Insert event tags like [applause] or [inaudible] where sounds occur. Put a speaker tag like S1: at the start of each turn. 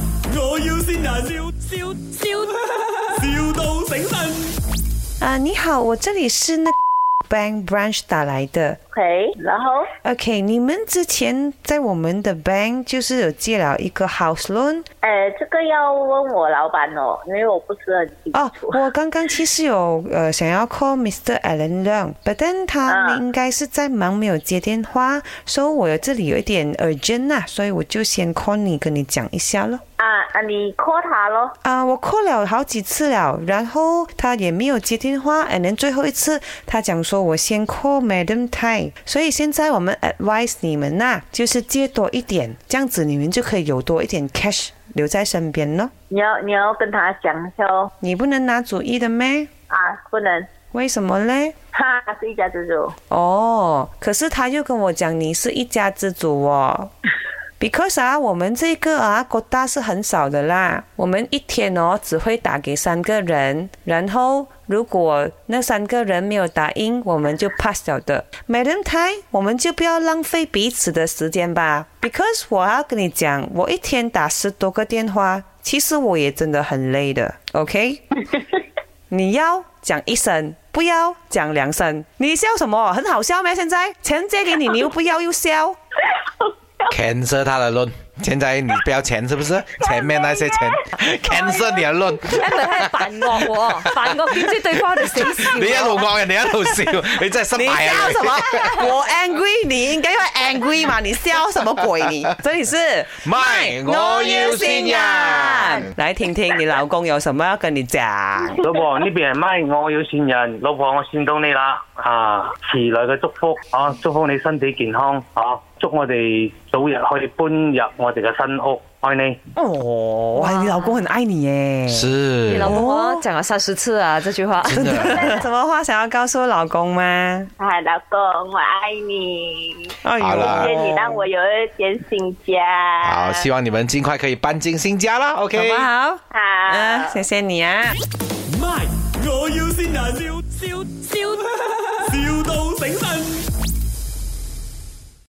S1: 要先人，笑笑笑，,笑到醒神。
S2: 啊，你好，我这里是那个 Bank Branch 打来的。
S3: OK，然后
S2: OK，你们之前在我们的 Bank 就是有借了一个 house loan
S3: 呃，这个要问我老板哦，因为我不是很清
S2: 哦。
S3: 楚。
S2: 我刚刚其实有呃想要 call Mr. Alan Leung，but then 他
S3: 啊
S2: 应该是在忙，没有接电话，所以我这里有一点 urgent 呐、所以我就先 call 你跟你讲一下咯。
S3: 啊啊，你 call 他咯。
S2: 啊、我 call 了好几次了，然后他也没有接电话。and then 最后一次，他讲说我先 call Madam Tai，所以现在我们 advise 你们呐、就是借多一点，这样子你们就可以有多一点 cash 留在身边咯。
S3: 你要你要跟他讲一下哦。
S2: 你不能拿主意的咩？
S3: 啊，不能，
S2: 为什么嘞？
S3: 哈，是一家之主。
S2: 哦，可是他又跟我讲你是一家之主哦。Because 啊，我们这个啊，国大是很少的啦。我们一天哦，只会打给三个人，然后如果那三个人没有打应，我们就 pass 掉的。Madam Tai，我们就不要浪费彼此的时间吧。Because 我要跟你讲，我一天打十多个电话，其实我也真的很累的。OK，你要讲一声，不要讲两声。你笑什么？很好笑吗？现在钱借给你，你又不要
S4: [laughs]
S2: 又笑。
S5: cancel 他的论。现在你不要钱是不是？前面那些钱 cancel 你的论，
S4: Emma 喺度扮惡喎，扮惡點知對方喺度
S2: [laughs]
S4: 死笑。
S5: 你一路惡人哋一路笑，你真係失
S2: 你
S5: 敗啊！
S2: 笑
S5: 你
S2: 什么？我 angry，你应该要 angry 嘛？你笑什么鬼你？这里是
S5: My，我要先人，
S2: 来听听你老公有什么要跟你讲。
S6: 老婆呢边系咪我要善人，老婆我善到你啦啊！迟来嘅祝福啊，祝福你身體健康啊，祝我哋早日可以搬入我哋嘅新屋，愛你。
S2: 哦，哇，你老公很爱你耶。哦
S4: 你
S5: 是
S4: 老公我讲了三十次啊，这句话。
S5: 真的。
S2: [laughs] 什么话想要告诉老公吗？
S3: 啊，老公，我爱你，
S2: 哎呦
S5: 好啦
S3: 谢谢你让我有一点新家。
S5: 好，希望你们尽快可以搬进新家啦。OK，
S2: 好不好？
S3: 好
S2: 啊，谢谢你啊。
S1: 卖，我要先人，笑笑笑，,笑到